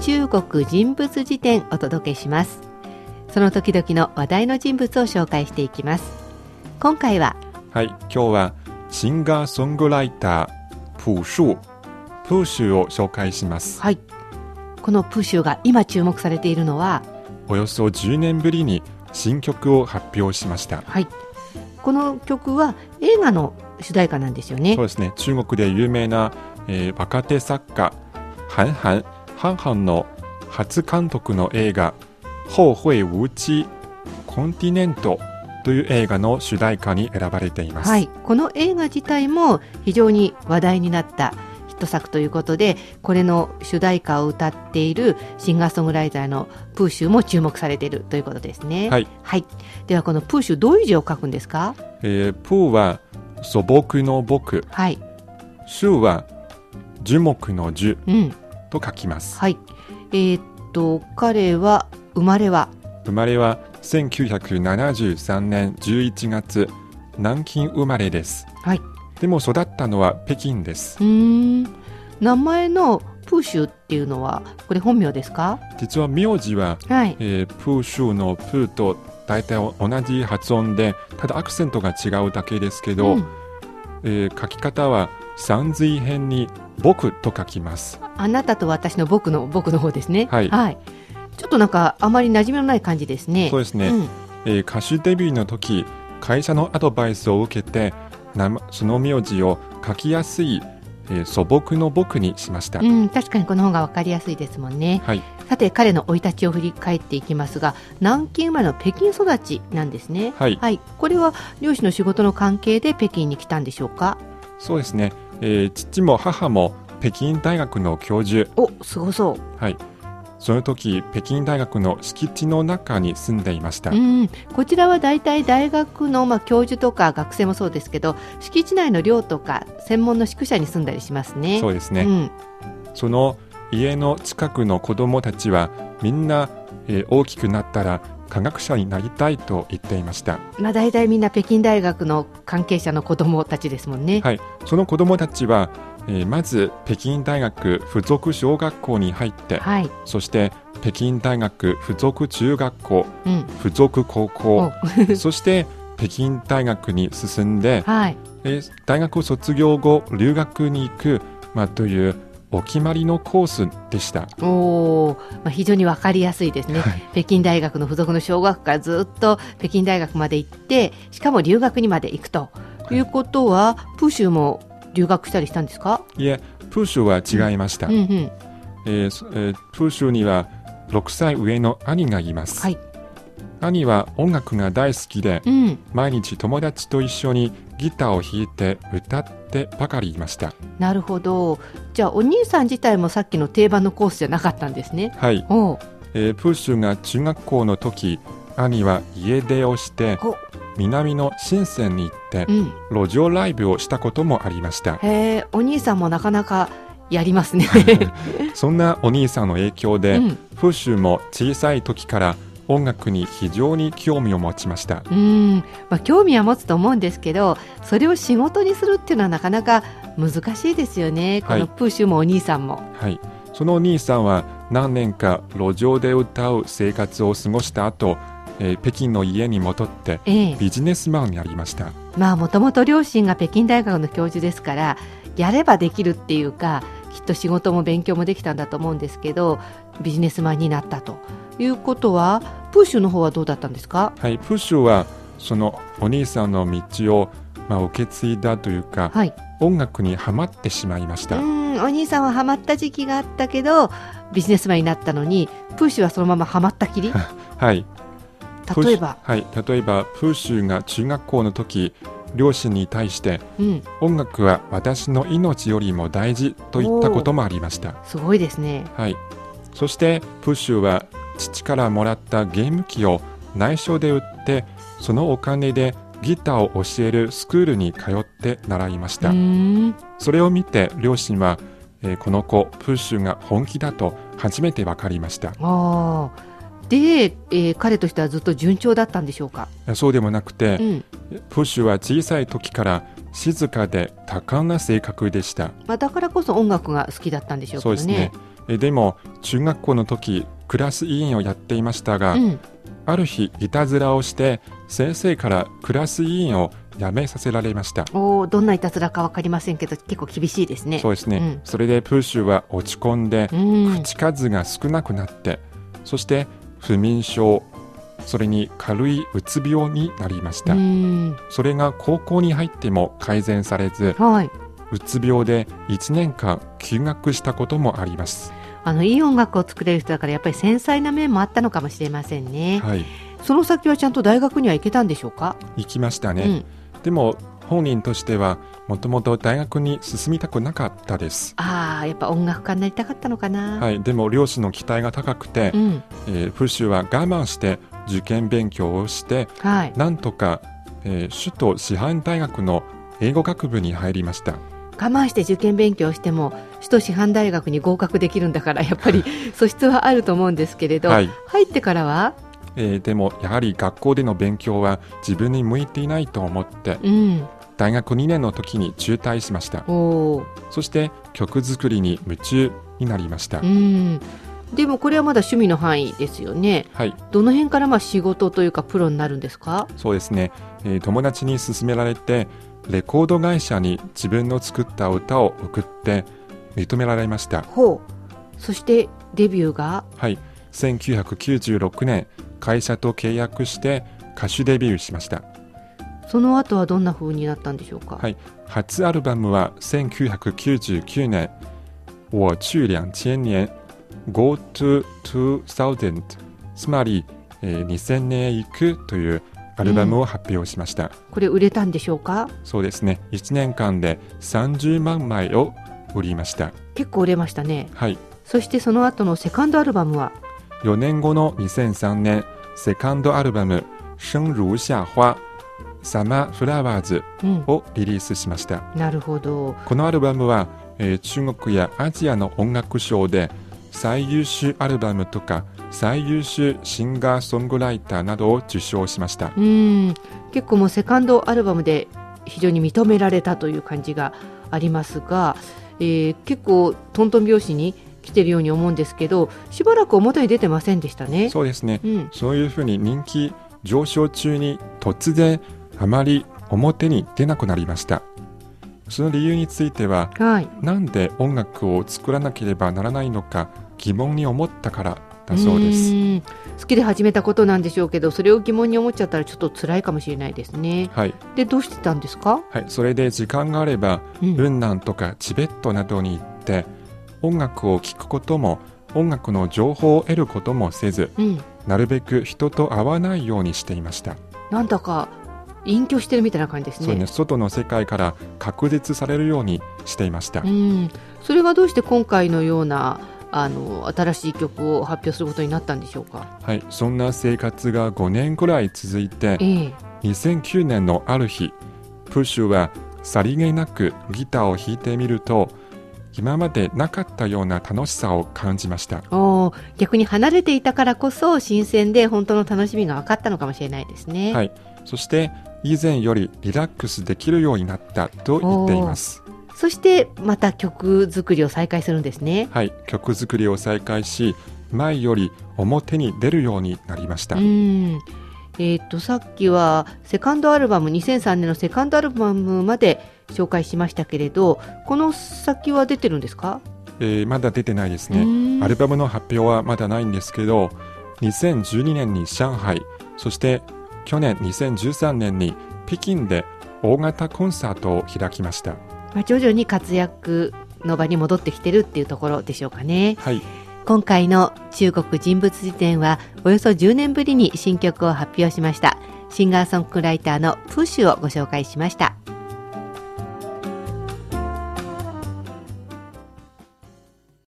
中国人物辞典お届けしますその時々の話題の人物を紹介していきます今回ははい、今日はシンガーソングライター、プーシュ、プーシュを紹介します。はいこのプーシュが今注目されているのはおよそ10年ぶりに新曲を発表しました。はいこの曲は映画の主題歌なんですよねそうですね、中国で有名な、えー若手作家、ハンハン、ハンハンの初監督の映画、後悔無期、コンティネントという映画の主題歌に選ばれています。はい、この映画自体も非常に話題になったヒット作ということでこれの主題歌を歌っているシンガーソングライターのプーシュも注目されているということですね。はい、ではこのプーシュどういう字を書くんですかえープーは素朴の僕、はい、シュは樹木の樹うんと書きます。はいえーっと彼は生まれは生まれは1973年11月南京生まれですはいでも育ったのは北京ですうーん名前のプーシュっていうのはこれ本名ですか実は名字は、はいえープーシューのプーと大体同じ発音でただアクセントが違うだけですけど、うんえー書き方は三髄編に「僕」と書きますあなたと私の僕の僕の方ですね。はいちょっとなんかあまり馴染みのない感じですね。そうですね、うんえー歌手デビューの時会社のアドバイスを受けて名前その名字を書きやすい、えー素朴の僕にしました、うん、確かにこの方がわかりやすいですもんね。はいさて彼の生い立ちを振り返っていきますが、南京生まれの北京育ちなんですね。はいはい、これは漁師の仕事の関係で北京に来たんでしょうか。そうですね、えー父も母も北京大学の教授、お、すごそはい、その時北京大学の敷地の中に住んでいました、う。うん、こちらはだいたい大学のまあ教授とか学生もそうですけど、敷地内の寮とか専門の宿舎に住んだりしますね。そううですね、ん、その家の近くの子供たちはみんな、えー大きくなったら科学者になりたいと言っていました、まあだいたいみんな北京大学の関係者の子供たちですもんね。はい、その子供たちは、えーまず北京大学附属小学校に入ってはい、そして北京大学附属中学校うん、附属高校 おそして北京大学に進んで、はい、えー大学卒業後留学に行く、まあ、というお決まりのコースでした、おお、まあ非常にわかりやすいですね。はい北京大学の付属の小学からずっと北京大学まで行ってしかも留学にまで行くといいうことは、プーシュも留学したりしたんですか、いえプーシュは違いました、うんうんえーそえープーシュには6歳上の兄がいます、はい兄は音楽が大好きでうん、毎日友達と一緒にギターを弾いて歌ってばかりいましたなるほどじゃあお兄さん自体もさっきの定番のコースじゃなかったんですねはい、おうえープーシュが中学校の時兄は家出をしてお南の深センに行ってうん、路上ライブをしたこともありましたへえお兄さんもなかなかやりますね、 そんなお兄さんの影響うで、ん、プーシュも小さい時から音楽に非常に興味を持ちました。うんまあ、興味は持つと思うんですけどそれを仕事にするっていうのはなかなか難しいですよね、はいこのプーシュもお兄さんも。はい、そのお兄さんは何年か路上で歌う生活を過ごした後、えー北京の家に戻ってええ、ビジネスマンになりました。まあもともと両親が北京大学の教授ですからやればできるっていうかきっと仕事も勉強もできたんだと思うんですけどビジネスマンになったということはプーシュの方はどうだったんですかはい、プーシュはそのお兄さんの道を、まあ、受け継いだというか、はい、音楽にはまってしまいましうた。んお兄さんはハマった時期があったけどビジネスマンになったのにプーシュはそのままハマった きりはい、例えば、プーシュはい、例えばプーシュが中学校の時両親に対してうん、音楽は私の命よりも大事と言ったこともありました、すごいですね。はい、そしてプッシュは父からもらったゲーム機を内緒で売ってそのお金でギターを教えるスクールに通って習いましうた、ーんそれを見て両親は、えーこの子プッシュが本気だと初めて分かりましたあーで、えー彼としてはずっと順調だったんでしょうか。そうでもなくて、うんプッシュは小さい時から静かで多感な性格でしたまあ、だからこそ音楽が好きだったんでしょうけそうどですね。えでも中学校の時クラス委員をやっていましたが、うん、ある日いたずらをして先生からクラス委員を辞めさせられましたおーどんないたずらか分かりませんけど結構厳しいですねそうですね、うんそれでプーシュは落ち込んで、うん、口数が少なくなってそして不眠症それに軽いうつ病になりました、うんそれが高校に入っても改善されずはいうつ病で1年間休学したこともあります、あのいい音楽を作れる人だからやっぱり繊細な面もあったのかもしれませんね、はいその先はちゃんと大学には行けたんでしょうか、行きましたね、でも本人としてはもともと大学に進みたくなかったですうん、ああやっぱ音楽家になりたかったのかな、はいでも両親の期待が高くてう、んえープッシュは我慢して受験勉強をしてはい、なんとか、えー首都師範大学の英語学部に入りました我慢して受験勉強しても首都師範大学に合格できるんだからやっぱり素質はあると思うんですけれど、はい、入ってからは、えーでもやはり学校での勉強は自分に向いていないと思ってうん、大学2年の時に中退しましたおーそして曲作りに夢中になりましたうんでもこれはまだ趣味の範囲ですよねはいどの辺からまあ仕事というかプロになるんですかそうですね、えー友達に勧められてレコード会社に自分の作った歌を送って認められましたほうそしてデビューがはい1996年会社と契約して歌手デビューしましたその後はどんな風になったんでしょうか、はい初アルバムは1999年「我去2000年 Go to 2000」つまり、えー2000年へ行くというアルバムを発表しました、これ売れたんでしょうかそうですね1年間で30万枚を売りました結構売れましたねはいそしてその後のセカンドアルバムは4年後の2003年セカンドアルバム「生如夏花」「サマーフラワーズうん」をリリースしましたなるほどこのアルバムは、えー中国やアジアの音楽賞で最優秀アルバムとか最優秀シンガーソングライターなどを受賞しましたうん結構もうセカンドアルバムで非常に認められたという感じがありますが、えー結構トントン拍子に来てるように思うんですけどしばらく表に出てませんでしたねそうですねうんそういうふうに人気上昇中に突然あまり表に出なくなりましたその理由についてははいなんで音楽を作らなければならないのか疑問に思ったからだそうですん好きで始めたことなんでしょうけどそれを疑問に思っちゃったらちょっと辛いかもしれないですねはい、でどうしてたんですか、はい、それで時間があればうん雲南とかチベットなどに行って音楽を聴くことも音楽の情報を得ることもせずうん、なるべく人と会わないようにしていました、なんだか隠居してるみたいな感じですそうねね外の世界から隔絶されるようにしていました、うん、それがどうして今回のようなあの新しい曲を発表することになったんでしょうか。はい、そんな生活が5年くらい続いてええ、 2009年のある日プッシュはさりげなくギターを弾いてみると今までなかったような楽しさを感じましたおー逆に離れていたからこそ新鮮で本当の楽しみが分かったのかもしれないですね。はい、そして以前よりリラックスできるようになったと言っています。そしてまた曲作りを再開するんですね。はい、曲作りを再開し、前より表に出るようになりました。うんえーっとさっきはセカンドアルバム2003年のセカンドアルバムまで紹介しましたけれどこの先は出てるんですか、えーまだ出てないですうね。んアルバムの発表はまだないんですけど、2012年に上海、そして去年2013年に北京で大型コンサートを開きました。まあ、徐々に活躍の場に戻ってきてるっていうところでしょうかねはい、今回の中国人物辞典はおよそ10年ぶりに新曲を発表しましたシンガーソングライターのプッシュをご紹介しました